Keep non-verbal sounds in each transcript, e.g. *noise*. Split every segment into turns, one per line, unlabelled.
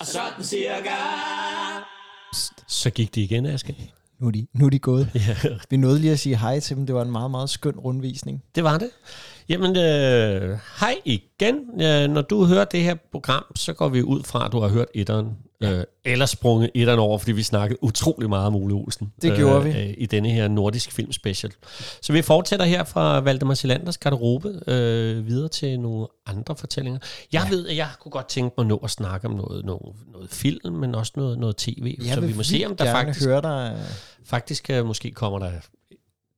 Og sådan cirka.
Så gik det igen, Aske.
Nu er de, nu er de gået.
Ja,
Vi nåede lige at sige hej til dem. Det var en meget, meget skøn rundvisning.
det var det. Jamen, øh, hej igen. Øh, når du hører det her program, så går vi ud fra, at du har hørt etteren. Øh, eller sprunget etteren over, fordi vi snakkede utrolig meget om Ole Olsen.
Det gjorde vi.
Øh, I denne her nordisk film special. Så vi fortsætter her fra Valdemar Silanders garderobe øh, videre til nogle andre fortællinger. Jeg ja. ved, at jeg kunne godt tænke mig at nå at snakke om noget, noget, noget film, men også noget, noget tv. så vi må se, om der faktisk
høre dig.
Faktisk øh, måske kommer der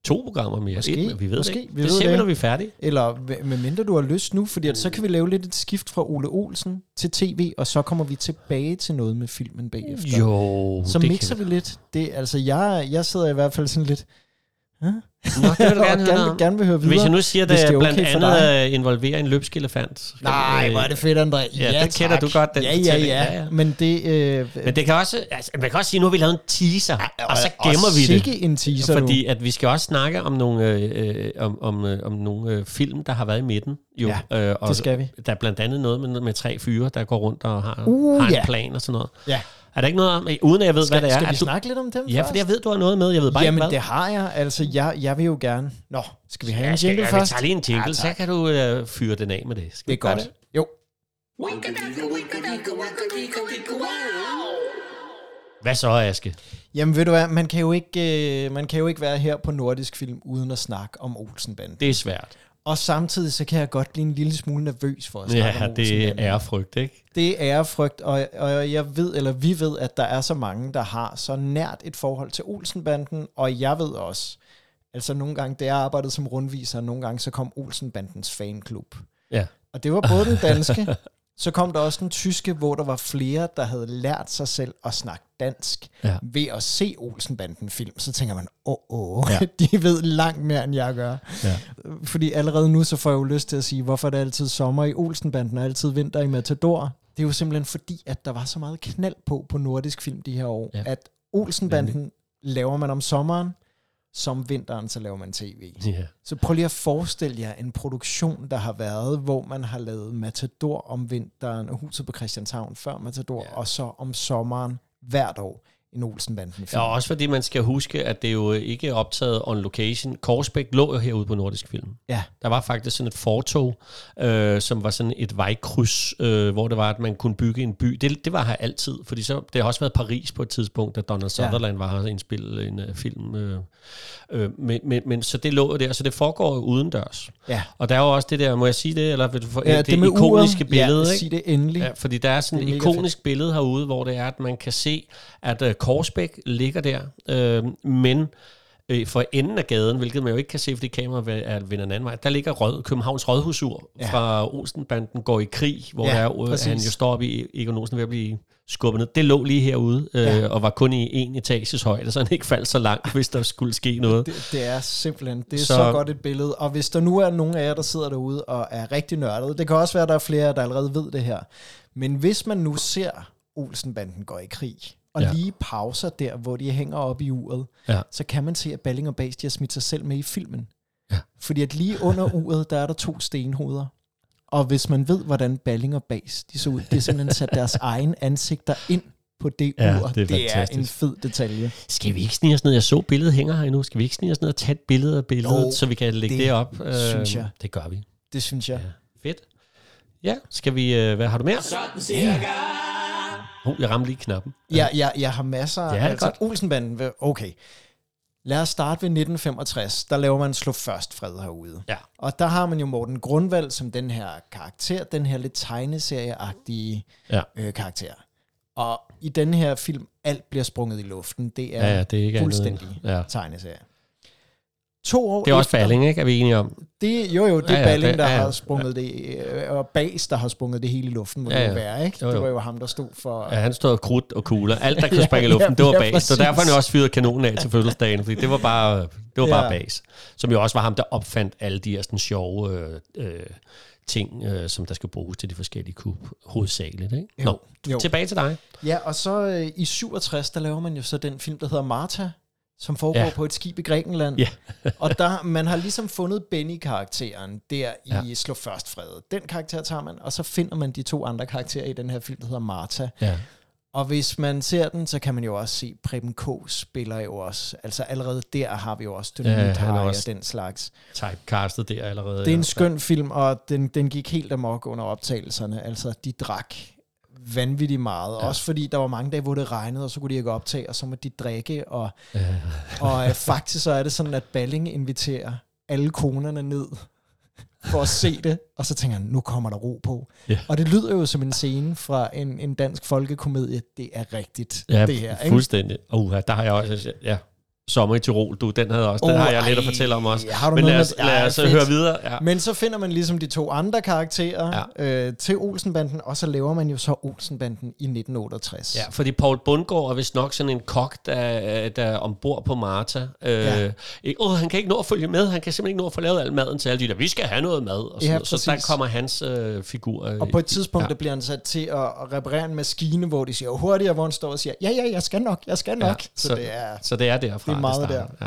to programmer mere.
Måske,
et, men vi ved
måske,
det ikke.
vi
det
ved
ser
det
vi,
ikke.
når vi er færdige.
Eller med- medmindre du har lyst nu, fordi at så kan vi lave lidt et skift fra Ole Olsen til tv, og så kommer vi tilbage til noget med filmen bagefter.
Jo,
så
det
mixer vi lidt. Det, altså, jeg, jeg sidder i hvert fald sådan lidt,
Nå, det vil du
og
gerne,
gerne,
høre noget
gerne,
om.
vil høre videre.
Hvis jeg nu siger, at
hvis
det,
det er
blandt
okay for
andet øh, involverer en løbskelefant.
Nej, hvor er det fedt, André. Ja,
den
tak.
kender du godt, den
ja, ja,
fortælling.
ja,
Ja, ja.
Men det... Øh,
Men det kan også, altså, man kan også sige, at nu har vi lavet en teaser, og så gemmer
og
vi det.
sikke en teaser,
Fordi at vi skal også snakke om nogle, øh, øh, om, om, øh, om nogle øh, film, der har været i midten. Jo.
Ja,
øh, og
det skal vi.
Der er blandt andet noget med, med tre fyre, der går rundt og har,
Uh,
har en
ja.
plan og sådan noget.
Ja.
Er der ikke noget om, uden at jeg ved,
Skal,
hvad det er?
skal
er
vi
du,
snakke lidt om dem
Ja,
først?
for jeg ved, du har noget med. Jeg ved bare
Jamen,
ikke,
det
hvad.
har jeg. Altså, jeg, jeg vil jo gerne... Nå, skal vi have en
skal-
jingle
ja, vi
først?
tager lige en jingle, ja, så kan du øh, fyre den af med det. Skal
Det er
vi gøre
godt. Jo.
Hvad så, Aske?
Jamen, ved du hvad, man kan, jo ikke, øh, man kan jo ikke være her på Nordisk Film uden at snakke om Olsenbanden.
Det er svært.
Og samtidig så kan jeg godt blive en lille smule nervøs for at snakke om
Ja, det
Olsenbanden.
er frygt, ikke?
Det er frygt, og, og jeg ved, eller vi ved, at der er så mange, der har så nært et forhold til Olsenbanden, og jeg ved også, altså nogle gange, da jeg arbejdede som rundviser, nogle gange så kom Olsenbandens fanklub.
Ja.
Og det var både den
*laughs*
danske, så kom der også den tyske, hvor der var flere, der havde lært sig selv at snakke dansk
Ja.
ved at se Olsenbanden-film. Så tænker man, åh, åh, ja. *laughs* de ved langt mere, end jeg gør.
Ja.
Fordi allerede nu, så får jeg jo lyst til at sige, hvorfor er det altid sommer i Olsenbanden og altid vinter i Matador? Det er jo simpelthen fordi, at der var så meget knald på på nordisk film de her år,
Ja.
ja. at Olsenbanden laver man om sommeren, som vinteren, så laver man tv.
ja.
Så prøv lige at forestille jer en produktion, der har været, hvor man har lavet Matador om vinteren og huset på Christianshavn før Matador, ja. og så om sommeren hvert år en Olsenbanden film.
Ja, og også fordi man skal huske, at det jo ikke er optaget on location. Korsbæk lå jo herude på Nordisk Film.
ja.
Der var faktisk sådan et fortog, øh, som var sådan et vejkryds, øh, hvor det var, at man kunne bygge en by. Det, det var her altid, fordi så, det har også været Paris på et tidspunkt, da Donald Sutherland ja. var her og indspillede en uh, film. Øh, øh, men, men, men så det lå jo der, så det foregår jo udendørs.
Ja.
Og der er jo også det der, må jeg sige det, eller vil du få
ja
det, det ikoniske
uret.
billede,
ja,
ikke?
sig det endelig.
Ja,
Ja.
fordi der er sådan
Det
et
er mega
ikonisk fedt. billede herude, hvor det er, at man kan se, at uh, Korsbæk ligger der, øh, men øh, for enden af gaden, hvilket man jo ikke kan se, fordi kameraet ve- er vender en anden vej, der ligger Rød, Københavns Rådhusur ja. fra Olsenbanden går i krig, hvor ja,
Ja,
der, er, øh,
præcis.
han jo står op i Egon Olsen ved at blive skubbet ned. Det lå lige herude, øh, ja.
Ja.
og var kun i en etages højde, så han ikke faldt så langt, *laughs* hvis der skulle ske noget.
Det, det er simpelthen, det er
Så-
så... så godt et billede. Og hvis der nu er nogen af jer, der sidder derude og er rigtig nørdet, det kan også være, at der er flere, af jer, der allerede ved det her. Men hvis man nu ser Olsenbanden går i krig, og
Ja.
ja. lige pauser der, hvor de hænger op i uret,
Ja.
så kan man se, at Balling og Bas, de har smidt sig selv med i filmen. Ja. Fordi at lige under uret, der er der to stenhoveder. Og hvis man ved, hvordan Balling og Bas, de så ud, de har simpelthen sat deres egen ansigter ind på det
Ja,
ur.
det er
det er en
fantastisk.
fed detalje.
Skal vi ikke snige os ned? Jeg så billedet hænger her endnu. Skal vi ikke snige os ned og tage et billede af billedet,
Jo,
så vi kan lægge det,
det
det op? Øh,
synes jeg.
Det gør vi.
Det synes jeg.
Fedt. Ja, skal vi... Øh, hvad har du mere?
Sådan cirka.
Oh, jeg ramte lige knappen.
Ja, jeg, jeg har masser
Det
af...
er
altså,
godt.
Olsenbanden, vil- okay. Lad os starte ved 1965. Der laver man slå først fred herude.
Ja.
Og der har man jo Morten Grundvald som den her karakter, den her lidt tegneserieagtige
Ja.
øh, karakter. Og i den her film, alt bliver sprunget i luften. Det er,
Ja, ja, det er ikke andet
fuldstændig
end- ja.
tegneserie. To år
Det er også
efter-
Balling, ikke? Er vi enige om?
Det, jo, jo, det er
Ja, ja,
ja, Balling,
det-
der
ja, ja.
har sprunget det, øh, og Bas, der har sprunget det hele i luften, må
Ja,
det jo
ja.
være, ikke?
Jo, jo.
Det var jo ham, der stod for...
Ja, han stod og krudt og kugler. Alt, der kunne springe i luften,
ja,
det var
ja,
bas. Så
præcis.
derfor har han jo også fyret kanonen af til fødselsdagen, fordi det var bare, det var bare
Ja.
bas. Som jo også var ham, der opfandt alle de her sådan, sjove øh, øh, ting, øh, som der skal bruges til de forskellige kub, hovedsageligt. Ikke? Jo. Nå,
jo.
tilbage til dig.
Ja, og så øh, i 67, der laver man jo så den film, der hedder Martha, som foregår
Ja.
ja. på et skib i Grækenland.
Ja.
*laughs* og der, man har ligesom fundet Benny-karakteren der i ja. Slå Først Fred. Den karakter tager man, og så finder man de to andre karakterer i den her film, der hedder Martha.
Ja.
Og hvis man ser den, så kan man jo også se, Preben K. spiller jo også. Altså allerede der har vi jo også den
Ja, han er
ja, og
også-
den slags.
Typecastet der allerede.
Det er en skøn film, og den, den gik helt amok under optagelserne. Altså, de drak vanvittigt meget. Ja. Også fordi der var mange dage, hvor det regnede, og så kunne de ikke optage, og så måtte de drikke. Og, ja. *laughs* og øh, faktisk så er det sådan, at Balling inviterer alle konerne ned for at se det, og så tænker han, nu kommer der ro på.
Ja.
Og det lyder jo som en scene fra en, en dansk folkekomedie. Det er rigtigt,
Ja,
det her. Ikke?
fuldstændig. Uh, der har jeg også... Ja. Sommer i Tirol, du, den havde jeg også, den
Åh,
har jeg lidt at
ej,
fortælle om også.
har du
Men
noget
lad
med
os,
det? Ej,
lad os øh,
fedt.
høre videre. Ja.
Men så finder man ligesom de to andre karakterer ja. øh, til Olsenbanden, og så laver man jo så Olsenbanden i 1968.
Ja, fordi Paul Bundgaard er vist nok sådan en kok, der, der er ombord på Marta. Øh, ja.
Ja.
åh, han kan ikke nå at følge med, han kan simpelthen ikke nå at få lavet al maden til alle de der, vi skal have noget mad. Og sådan
Ja,
noget. så der
præcis.
kommer hans øh, figur. Øh,
Og på et tidspunkt,
Ja.
ja. der bliver han sat til at at reparere en maskine, hvor de siger hurtigere, hvor han står og siger, ja, ja, jeg skal nok, jeg skal nok. Ja, så, så det er...
så det er derfra,
det er meget
starter. Ja.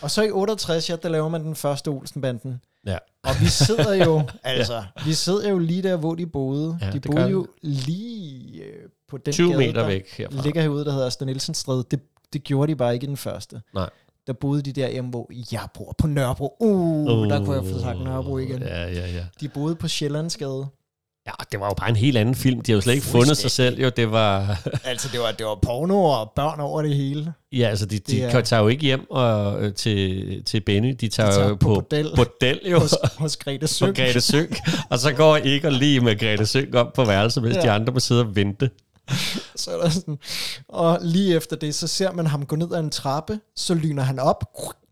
Og så i 68, ja, der laver man den første Olsenbanden.
Ja.
Og
*laughs*
vi sidder jo, altså, ja. vi sidder jo lige der, hvor de boede.
Ja,
Ja, de
det gør
boede
vi.
jo lige øh, på den
20
gade,
meter
der
væk herfra.
ligger herude, der hedder Astrid Nielsen Stræde. Det, det gjorde de bare ikke i den første.
Nej.
Der boede de der hjemme, hvor jeg bor på Nørrebro. Uh, uh der kunne jeg få sagt Nørrebro igen.
Ja, ja, ja.
De boede på Sjællandsgade.
Ja, og det var jo bare en helt anden film. De har jo slet ikke fundet sig selv. Jo, det var...
altså, det var, det var porno og børn over det hele.
Ja, altså, de, de
Det
ja.
er-
tager jo ikke hjem og, øh, til, til Benny. De tager,
tager
jo
på
på
bordel.
*laughs* bordel jo.
Hos, hos Grete
på
Søg.
Grete Sønk, og så går ikke og lige med Grete Sønk op på værelset, mens ja.
Ja.
de andre må sidde og vente.
Så er der sådan. Og lige efter det, så ser man ham gå ned ad en trappe, så lyner han op.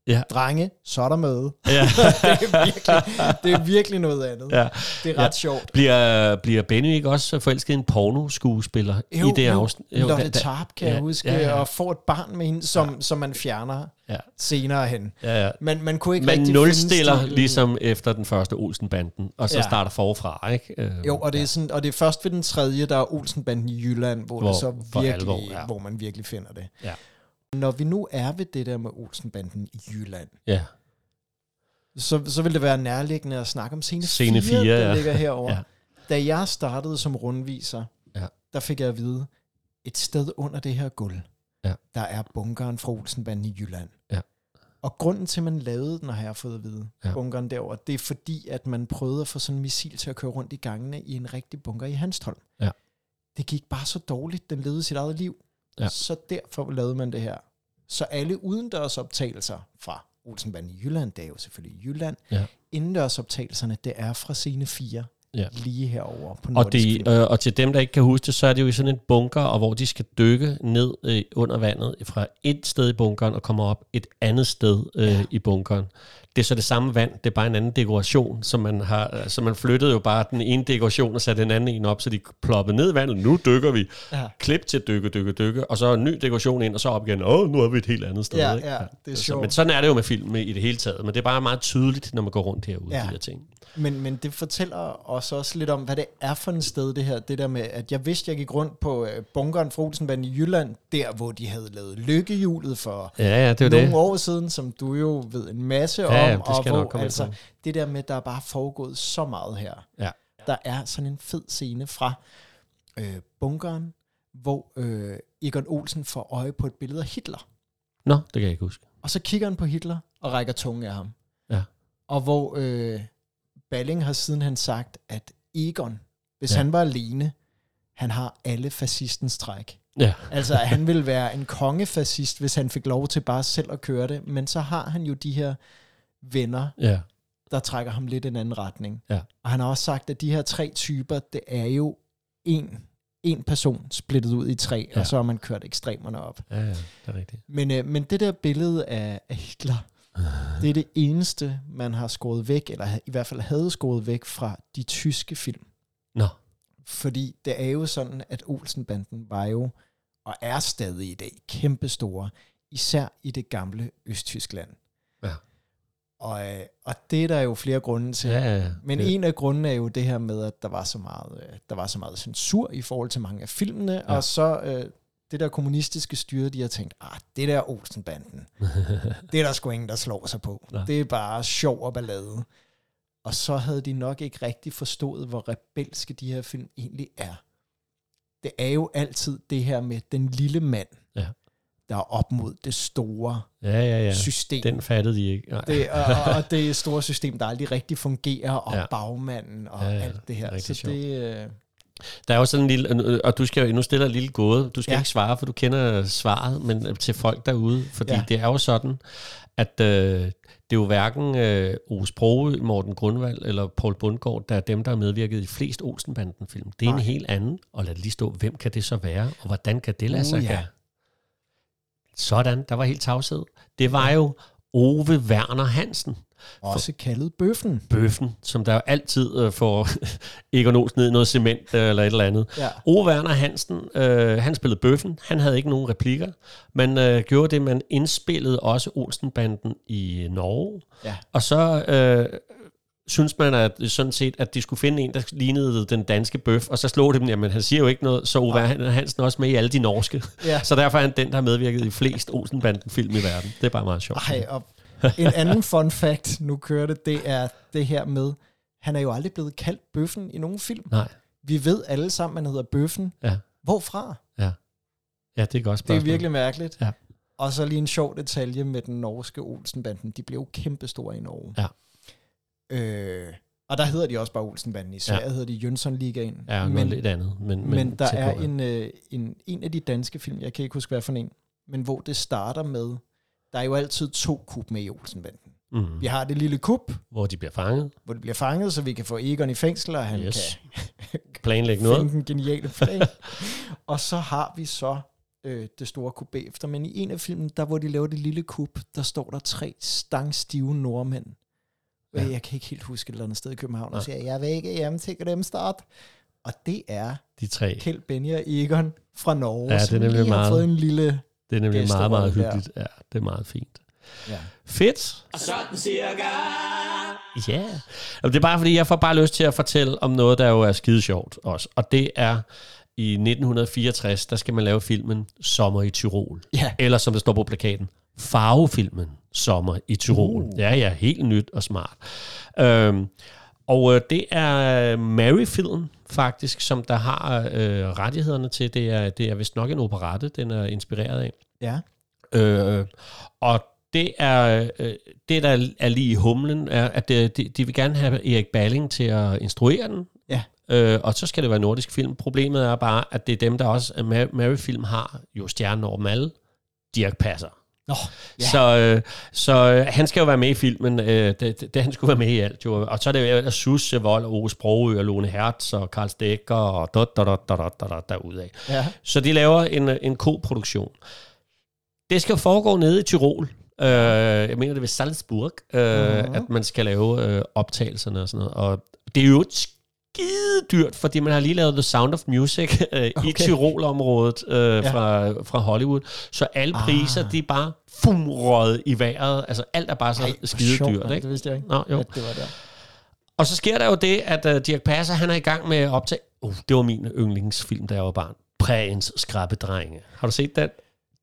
Ja.
Drenge, så er der møde. *laughs*
Ja.
det, er virkelig, det er virkelig noget andet.
Ja.
Det er ret
Ja.
sjovt.
Bliver, bliver Benny ikke også forelsket i en pornoskuespiller i det afsnit? Jo,
Lotte
da- da-
Tarp, kan
ja,
jeg huske,
ja, ja.
og får et barn med hende, som, ja. som man fjerner
Ja.
senere hen.
Ja, ja.
Men man kunne ikke
Man
rigtig finde
nulstiller
stilen.
ligesom efter den første Olsen-banden, og så ja.
Ja.
starter forfra, ikke? Øh,
Jo, og det, er sådan, og det er først ved den tredje, der er Olsenbanden i Jylland, hvor, hvor
Hvor
det så
for
virkelig,
alvor,
alvor,
ja.
ja. hvor man virkelig finder det.
Ja.
Når vi nu er ved det der med Olsenbanden i Jylland,
Ja.
så, så vil det være nærliggende at snakke om scene,
Scene
4,
fire,
der
ja.
ligger herover.
*laughs* Ja.
ja. Da jeg startede som rundviser,
Ja.
der fik jeg at vide, et sted under det her gulv,
Ja.
der er bunkeren fra Olsenbanden i Jylland.
Ja.
Og grunden til, at man lavede den, har jeg fået at vide,
Ja.
ja. bunkeren derover, det er fordi, at man prøvede at få sådan en missil til at køre rundt i gangene i en rigtig bunker i Hanstholm.
Ja.
Det gik bare så dårligt, den levede sit eget liv.
Ja.
Så derfor lavede man det her. Så alle udendørsoptagelser fra Olsenbanden i Jylland, det er jo selvfølgelig i Jylland,
Ja.
indendørsoptagelserne, det er fra scene 4,
Ja.
lige herover på
Og,
Nordisk
de,
Film.
øh, og til dem, der ikke kan huske det, så er det jo i sådan en bunker, og hvor de skal dykke ned øh, under vandet fra et sted i bunkeren og komme op et andet sted øh, ja. i bunkeren. Det er så det samme vand, det er bare en anden dekoration, som man har, øh, så man flyttede jo bare den ene dekoration og satte den anden en op, så de ploppede ned i vandet, nu dykker vi, ja.
Ja.
klip til dykke, dykke, dykke, og så en ny dekoration ind, og så op igen, åh, nu er vi et helt andet sted.
Ja,
ikke?
ja, det er
Så-
sjovt.
Men sådan er det jo med film i det hele taget, men det er bare meget tydeligt, når man går rundt herude, ja.
Ja.
de her ting.
Men, men det fortæller os også lidt om, hvad det er for en sted, det her. Det der med, at jeg vidste, jeg gik rundt på øh, bunkeren fra Olsenvand i Jylland, der hvor de havde lavet lykkehjulet for
Ja, ja, det er jo
nogle
det.
det. år siden, som du jo ved en masse
ja,
om.
det skal
og
jeg
hvor,
nok komme ind
altså,
på.
det der med, der er bare foregået så meget her.
Ja.
Der er sådan en fed scene fra øh, bunkeren, hvor øh, Egon Olsen får øje på et billede af Hitler.
Nå, det kan jeg ikke huske.
Og så kigger han på Hitler og rækker tungen af ham.
Ja.
Og hvor øh, Balling har sidenhen sagt, at Egon, hvis
Ja.
ja. han var alene, han har alle fascistens træk.
Ja.
Altså, at han ville være en kongefascist, hvis han fik lov til bare selv at køre det. Men så har han jo de her venner,
Ja,
der trækker ham lidt i en anden retning.
Ja.
Og han har også sagt, at de her tre typer, det er jo en, en person splittet ud i tre,
Ja.
og så har man kørt ekstremerne op.
ja, ja det er rigtigt.
Men, øh, men det der billede af, af Hitler, det er det eneste, man har skåret væk, eller ha- i hvert fald havde skåret væk fra de tyske film.
Nå,
Fordi det er jo sådan, at Olsenbanden var jo, og er stadig i dag, kæmpestore, især i det gamle Østtyskland.
Ja.
Og, øh, og det er der jo flere grunde til.
ja, ja.
Men
det,
en af grundene er jo det her med, at der var så meget, øh, der var så meget censur i forhold til mange af filmene,
Ja.
ja. og så øh, det der kommunistiske styre, de har tænkt, ah, det
*laughs*
der Olsenbanden, det er der sgu ingen, der slår sig på.
Nej.
Det er bare sjov og ballade. Og så havde de nok ikke rigtig forstået, hvor rebelske de her film egentlig er. Det er jo altid det her med den lille mand,
Ja.
der er op mod det store
Ja, ja, ja.
ja. system.
Den fattede de ikke. Nej.
Det, og, og- og det store system, der aldrig rigtig fungerer, og
Ja.
ja. bagmanden og
Ja,
ja,
ja,
ja. alt det
det er
her.
rigtig
Så det, øh,
Der er jo sådan en lille, øh, og du skal jo, nu stiller jeg en lille gåde, du skal ja.
Ja.
ikke svare, for du kender svaret, men øh, til folk derude, fordi ja.
Ja.
det er jo sådan, at øh, det er jo hverken øh, Ove Sproge, Morten Grundvald eller Paul Bundgaard, der er dem, der har medvirket i flest Olsenbanden-film. Det er Nej. en
Nej.
helt anden, og lad det lige stå, hvem kan det så være, og hvordan kan det lade
Uh,
sig
ja.
gøre? Sådan, der var helt tavshed. Det var jo Ove Werner Hansen,
også kaldet bøffen.
bøffen, som der jo altid øh, får *laughs* Egon Olsen ned i noget cement øh, eller et eller andet.
Ja.
Ove Werner Hansen, øh, han spillede bøffen. Han havde ikke nogen replikker. Man øh, gjorde det, man indspillede også Olsenbanden i øh, Norge.
Ja.
Og så øh, synes man at, sådan set, at de skulle finde en, der lignede den danske bøf, og så slog det dem, jamen han siger jo ikke noget, så Ove Werner Hansen er også med i alle de norske.
Ja.
*laughs* Så derfor er han den, der har medvirket i flest Olsenbanden-film i verden. Det er bare meget sjovt.
Ej, og en anden fun fact, nu kører det, det er det her med, han er jo aldrig blevet kaldt bøffen i nogen film.
Nej,
Vi ved alle sammen, at han hedder bøffen.
ja.
Hvorfra?
Ja, det er godt
Det er
spørgsmål.
virkelig mærkeligt.
Ja.
Og så lige en sjov detalje med den norske Olsenbanden. De blev jo kæmpestore i Norge.
Ja.
Øh, og der hedder de også bare Olsenbanden. I Sverige ja. hedder de Jønsson-ligaen.
Ja, noget
men,
lidt andet. Men,
men, men der
tæt på,
er
ja.
en, øh, en, en af de danske film, jeg kan ikke huske, hvad for en, men hvor det starter med, der er jo altid to kub med i Olsenbanden.
Mm,
Vi har det lille kub,
Hvor de bliver fanget,
hvor det bliver fanget, så vi kan få Egon i fængsel, og han
Yes.
yes.
planlægge
kan
noget.
finde den geniale plan. *laughs* og så har vi så øh, det store kub efter, men i en af filmen, der hvor de laver det lille kub, der står der tre stangstive nordmænd.
Ja.
Ja. Jeg kan ikke helt huske et eller andet sted i København,
Nej.
og siger, jeg vil ikke hjem til dem start. Og det er
De tre.
Kjeld Benny og Egon fra Norge,
Ja, det er
som
nemlig
lige har
meget-
fået en lille...
Det er nemlig meget,
gæsterum
meget
der.
hyggeligt. Ja, det er meget fint.
Ja.
Fedt.
Og sådan cirka.
Ja. Yeah. Det er bare fordi, jeg får bare lyst til at fortælle om noget, der jo er skide sjovt også. Og det er i 1964, der skal man lave filmen Sommer i Tyrol.
Ja.
Eller som der står på plakaten, farvefilmen Sommer i Tyrol. Uh. Ja, ja, helt nyt og smart. Øhm, og øh, det er Mary-filmen faktisk, som der har øh, rettighederne til. Det er, det er vist nok en operette, den er inspireret af.
ja.
Øh, og det er øh, det, der er lige i humlen, er, at øh, de, de vil gerne have Erik Balling til at instruere den.
Ja.
Øh, og så skal det være nordisk film. Problemet er bare, at det er dem, der også at Ma- Mary Film har, jo stjernen over dem alle, Dirk Passer.
Nå, ja.
Så, øh, så øh, han skal jo være med i filmen. Øh, det, det, det, han skulle være med i alt. Jo. Og så er det jo ellers Susse, Vold, og Ove Sprogø, og Lone Hertz, og Karl Stegger, og dot, dot, dot, dot, dot, dot, derudad.
ja.
Så de laver en, øh, en koproduktion. Det skal jo foregå nede i Tyrol. Øh, jeg mener, det er ved Salzburg, øh,
Mhm.
mm-hmm. at man skal lave øh, optagelserne og sådan noget. Og det er jo skide dyrt, fordi man har lige lavet The Sound of Music øh, okay. i
Okay.
Tyrol-området øh, ja. fra, fra Hollywood. Så alle
Ah.
priser, de er bare fumrøget i vejret. Altså alt er bare så skide
sjovt,
dyrt,
mand.
ikke?
Det vidste jeg ikke,
Nå, jo.
at det var der.
Og så sker der jo det, at uh, Dirk Passer, han er i gang med at optage... Uh, det var min yndlingsfilm, da jeg var barn. Prægens skrabbedrenge. Har du set den?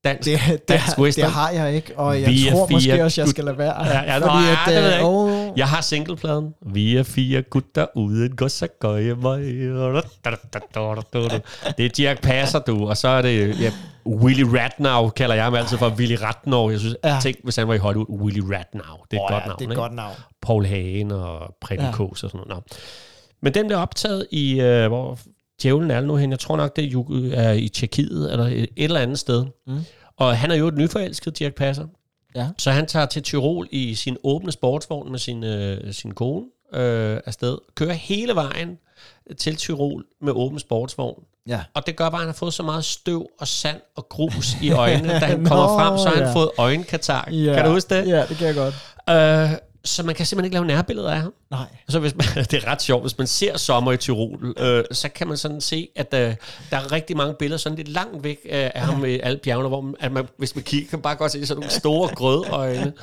Dansk,
Det, det, det,
dansk
det
western.
har jeg ikke, og jeg
Vi er
tror
fire
måske også, jeg
gut-
skal lade være. øh,
Ja, ja, nå, ja, det ved jeg ikke.
åh,
Jeg har singlepladen. Vi er fire gutter uden gods og gøje mig. Det er Dirk Passer, du. Og så er det ja, Willy Ratnow, kalder jeg ham altid for Willy Ratnow. Jeg synes, ja.
Ja.
tænk, hvis han var i Hollywood. Willy Ratnow. Det er et
åh,
godt
ja,
navn,
det er
ikke?
et godt navn.
Paul Hagen og Preben ja.
Ja.
Kås og sådan noget. Nå. Men den blev optaget i, øh, hvor djævlen er det nu hen, jeg tror nok, det er, Ju- er i Tjekkiet eller et, et eller andet sted. Mm. Og han er jo et nyforelsket, Dirk Passer.
Ja.
Så han tager til Tyrol i sin åbne sportsvogn med sin, øh, sin kone øh, afsted, kører hele vejen til Tyrol med åben sportsvogn.
Ja.
Og det gør bare, at han har fået så meget støv og sand og grus
*laughs*
i øjnene. da han kommer
Nå,
frem, så har han
ja.
fået øjenkatark.
Ja,
Kan du huske det?
Ja, det kan jeg godt.
Øh, Så man kan simpelthen ikke lave nærbilleder af ham.
Nej.
Så hvis man, *laughs* det er ret sjovt, hvis man ser sommer i Tirol, øh, så kan man sådan se, at øh, der er rigtig mange billeder sådan lidt langt væk øh, af ham i alle bjergene, hvor man, at man, hvis man kigger, kan man bare godt se sådan *laughs* nogle store grødøjne.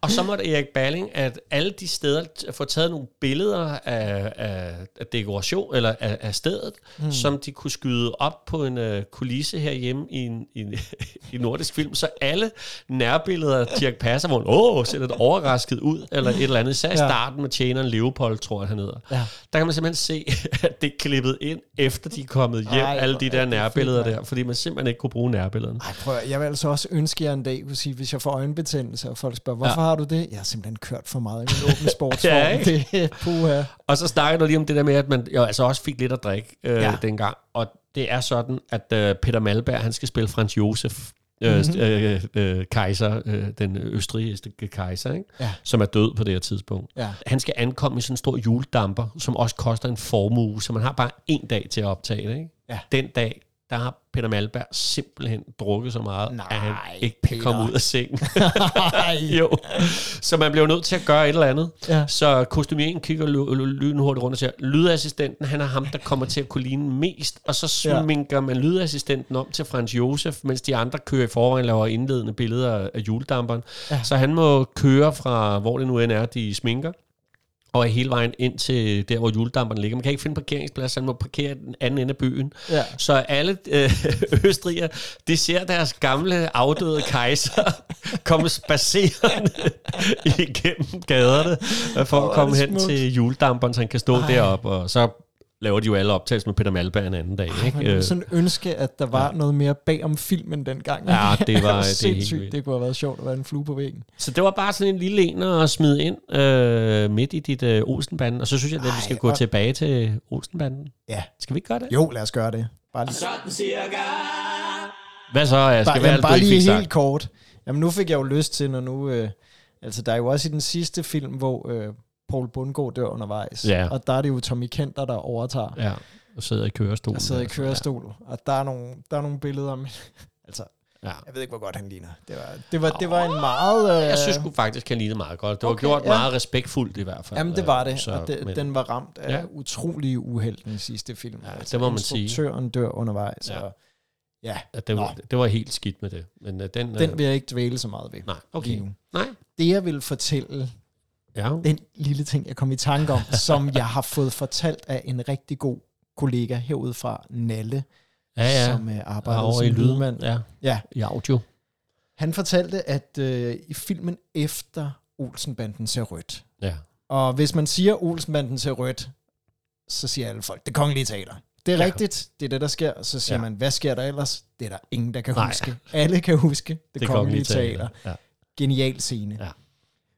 Og så måtte Erik Balling, at alle de steder t- få taget nogle billeder af, af, af dekoration, eller af, af stedet,
Hmm.
mm. som de kunne skyde op på en øh, kulisse herhjemme i en, i en *laughs* i nordisk film, så alle nærbilleder af Dirk Passer, hvor han, åh, ser lidt overrasket ud, eller et eller andet, især i
Ja.
starten, starten med tjeneren Leopold, tror jeg, han hedder.
Ja.
Der kan man simpelthen se, *laughs* at det er klippet ind, efter de er kommet hjem,
Ej,
Ej, alle de
hvor er
der
det
nærbilleder
fedt,
der, fordi man simpelthen ikke kunne bruge nærbillederne.
Ej, prøv, at- jeg vil altså også ønske, at jeg en dag kunne sige, hvis jeg får øjenbetændelse, og folk spørger, hvorfor ja. har du det? Jeg har simpelthen kørt for meget i min åbne sportsform.
*laughs* Ja,
ja,
ikke?
det, puha.
Og så snakker du lige om det der med, at man jo, altså også fik lidt at drikke øh,
Ja.
ja. dengang, og det er sådan, at øh, Peter Malberg, han skal spille Franz Josef,
Mhm.
øh, mm-hmm. øh, øh, kejser, øh, den østrigske kejser, ikke?
Ja.
som er død på det her tidspunkt.
Ja.
Han skal ankomme i sådan en stor juledamper, som også koster en formue, så man har bare en dag til at optage det. Ikke?
Ja.
Den dag, der har Peter Malberg simpelthen drukket så meget,
Nej,
at han ikke kan
Peter.
komme ud af
*laughs*
sengen.
Ej.
jo. Så man bliver jo nødt til at gøre et eller andet.
Ja.
Så kostumeringen kigger lu- lu- lynhurtigt rundt og siger, lydassistenten, han er ham, der kommer til at kunne ligne mest, og så
Ja.
sminker man lydassistenten om til Frans Josef, mens de andre kører i forvejen og laver indledende billeder af juledamperen.
Ja.
Ja. Så han må køre fra, hvor det nu end er, de sminker, og er hele vejen ind til der, hvor juledamperen ligger. Man kan ikke finde parkeringsplads, så han må parkere i den anden ende af byen.
Ja.
Så alle øh, *laughs* østrigere, de ser deres gamle afdøde kejser *laughs* komme spacerende *laughs* igennem gaderne øh, for
Hvor
at
er
komme
det
hen
smukt.
til juledamperen, så han kan stå Ej. deroppe, og så laver de jo alle optagelser med Peter Malberg en anden dag.
Man
Ikke?
ville
Øh,
sådan ønske, at der var ja. noget mere bag om filmen dengang. *laughs*
Ja, det var- det er helt
sindssygt.
vildt.
det kunne have været sjovt at være en flue på væggen.
Så det var bare sådan en lille en at smide ind øh, midt i dit øh, Olsenbanden, og så synes jeg, at vi skal
Ej,
gå
og-
tilbage til Olsenbanden.
Ja.
Skal vi ikke gøre det?
Jo, lad os gøre det. Bare lige,
Sådan cirka.
Hvad så? Jeg skal
bare,
bare, være,
jamen, bare
du ikke
lige
fik
helt
sagt.
kort. Jamen, nu fik jeg jo lyst til, når nu... Øh, altså, der er jo også i den sidste film, hvor øh, Paul Bundgaard dør undervejs.
Ja.
Og der er det jo Tommy Kenter, der overtager.
Ja, og sidder i kørestolen.
Jeg sidder i
Altså, ja.
kørestol, ja. og der er, nogle, der er nogle billeder om... *laughs* altså,
Ja.
jeg ved ikke, hvor godt han ligner. Det var, det var, det var en meget... Øh,
Jeg synes sgu faktisk, han lignede meget godt. Det var
Okay,
okay, gjort
ja.
ja. meget respektfuldt i hvert fald.
Jamen, det var det,
Øh,
så, og det,
men-
den var ramt af ja.
Ja.
utrolige uheld den sidste film. Altså,
Ja, det må man sige.
Instruktøren dør undervejs, ja.
Ja.
og ja,
at det, var, det var helt skidt med det. Men uh, den...
den
øh,
vil jeg ikke dvæle så meget ved.
nej,
lige
okay.
nu.
Nej.
Det, jeg vil fortælle,
Ja.
den lille ting, jeg kom i tanke om,
*laughs*
som jeg har fået fortalt af en rigtig god kollega herudefra, Nalle,
Ja, ja.
som øh,
Bare
arbejder
over
som
i lydmand.
lydmand.
Ja.
Ja,
I audio.
Han fortalte, at øh, i filmen efter Olsenbanden ser rødt.
Ja.
Og hvis man siger Olsenbanden ser rødt, så siger alle folk, det kongelige teater. Det er ja.
Ja.
rigtigt, det er det, der sker. Og Så siger ja.
Ja.
man, hvad sker der ellers? Det er der ingen, der kan Nej.
Nej.
huske. Alle kan huske det, det kongelige teater. teater.
Ja.
Genial scene.
Ja.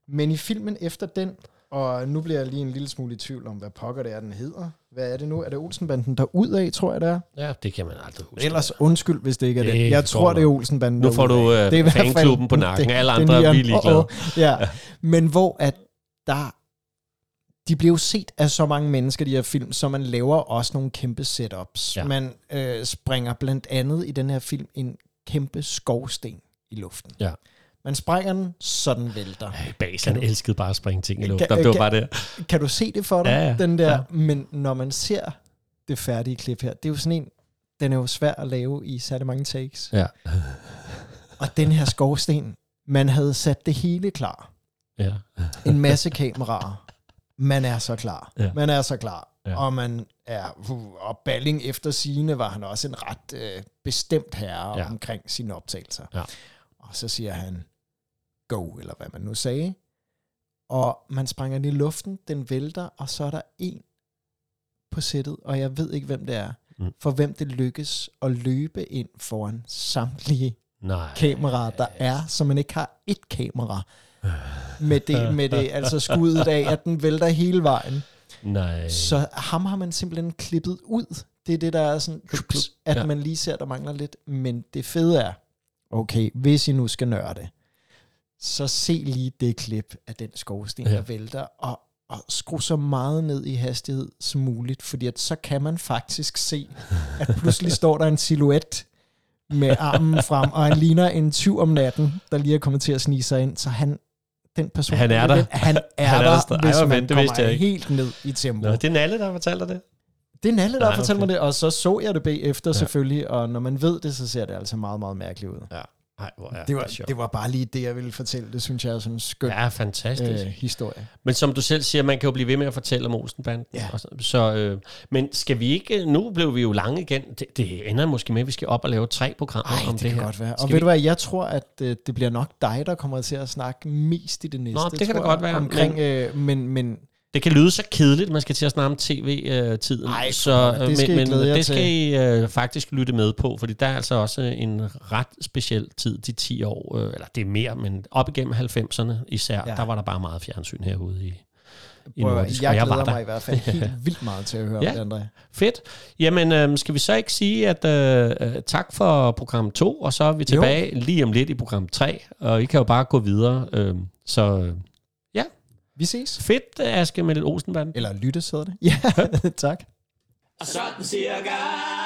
Men i filmen efter den, og nu bliver jeg lige en lille smule i tvivl om, hvad pokker det er, den hedder. Hvad er det nu? Er det Olsenbanden der ud af, tror jeg det er?
ja, det kan man aldrig huske.
Ellers undskyld, hvis det ikke er det.
Det
det jeg
går
tror, det er
nok.
Olsenbanden
Nu får du
derudad.
øh,
Det er i hvert fald-
fanklubben på nakken.
det-
Alle
den
andre er
nieren.
vi ligeglade.
Åh, åh. Ja. Men hvor at der... De bliver jo set af så mange mennesker, de her film, så man laver også nogle kæmpe setups. Ja.
Ja.
Man øh, springer blandt andet i den her film en kæmpe skovsten i luften.
Ja.
Man sprænger den, så den vælter.
Basen elskede bare at springe ting i
Kan-
luften. Det var
kan-
bare det.
Kan du se det for dig,
Ja, ja.
den der?
Ja.
Men når man ser det færdige klip her, det er jo sådan en, den er jo svær at lave i særlig mange takes.
Ja.
Og den her skovsten, man havde sat det hele klar.
ja.
En masse kameraer. Man er så klar. Ja.
Ja.
Man er så klar. Ja.
Ja.
Og man er... uh, Og Balling efter sine var han også en ret øh, bestemt herre ja.
Ja.
omkring sine optagelser.
Ja.
Og så siger han, go, eller hvad man nu sagde. Og man sprænger den i luften, den vælter, og så er der en på sættet, og jeg ved ikke, hvem det er, mm.
Mm.
for hvem det lykkes at løbe ind foran samtlige
Nej.
kameraer, der er, så man ikke har et kamera med det, med det altså skuddet af, at den vælter hele vejen.
Nej.
Så ham har man simpelthen klippet ud. Det er det, der er sådan, ups, at
Ja.
man lige ser, der mangler lidt. Men det fede er, okay, hvis I nu skal nørde, så se lige det klip af den skovsten, der
Ja.
vælter, og, og skru så meget ned i hastighed som muligt, fordi at så kan man faktisk se, at
*laughs*
pludselig står der en silhuet med armen frem, og han ligner en tyv om natten, der lige er kommet til at snige sig ind, så han den person.
Han er der.
Den- Han er,
Han er der
der,
stadig. Ej,
hvis
hvor
man
fedt, det vidste
kommer
jeg ikke.
helt ned i tempo.
Nå, det er Nalle, der fortæller det.
Det er Nalle, der
Nej,
fortalte mig
okay.
det, og så så jeg det bagefter ja. selvfølgelig, og når man ved det, så ser det altså meget, meget mærkeligt ud.
Ja. Ej, hvor er
Det var,
sjovt.
det var bare lige det, jeg ville fortælle. Det synes jeg er sådan en skøn
Ja,
øh,
fantastisk. Øh.
historie.
Men som du selv siger, man kan jo blive ved med at fortælle om Olsenbanden.
Ja.
Og så, så, øh, men skal vi ikke... øh, Nu blev vi jo lange igen. Det, det ender måske med, at vi skal op og lave tre programmer
Ej,
om
det,
det,
det kan
her.
godt være. Og
Skal
ved
vi-
du hvad, jeg tror, at øh, det bliver nok dig, der kommer til at snakke mest i det næste.
Nå, det kan
tror
da
jeg,
godt være,
Omkring, men... Øh, men, men
Det kan lyde så kedeligt, man skal til at snakke om tv-tiden.
Ej,
så,
for-
øh,
det skal I
men,
glæde jer
men det skal
til.
I øh, faktisk lytte med på, fordi der er altså også en ret speciel tid, de 10 år, øh, eller det er mere, men op igennem 90'erne især,
Ja.
ja. der var der bare meget fjernsyn herude i, i
prøv, at høre,
Nordisk, og
jeg, jeg
var
glæder
der.
mig i hvert *laughs* fald helt vildt meget til at høre
Ja.
om det, André.
Fedt. Jamen, øhm, skal vi så ikke sige, at øh, øh, tak for program 2, og så er vi tilbage jo. lige om lidt i program 3, og I kan jo bare gå videre. Øh, så øh,
Vi ses.
fedt, Aske, med lidt Olsenband.
*laughs* Eller lyttes, hedder det. Ja, tak.
Og sådan cirka.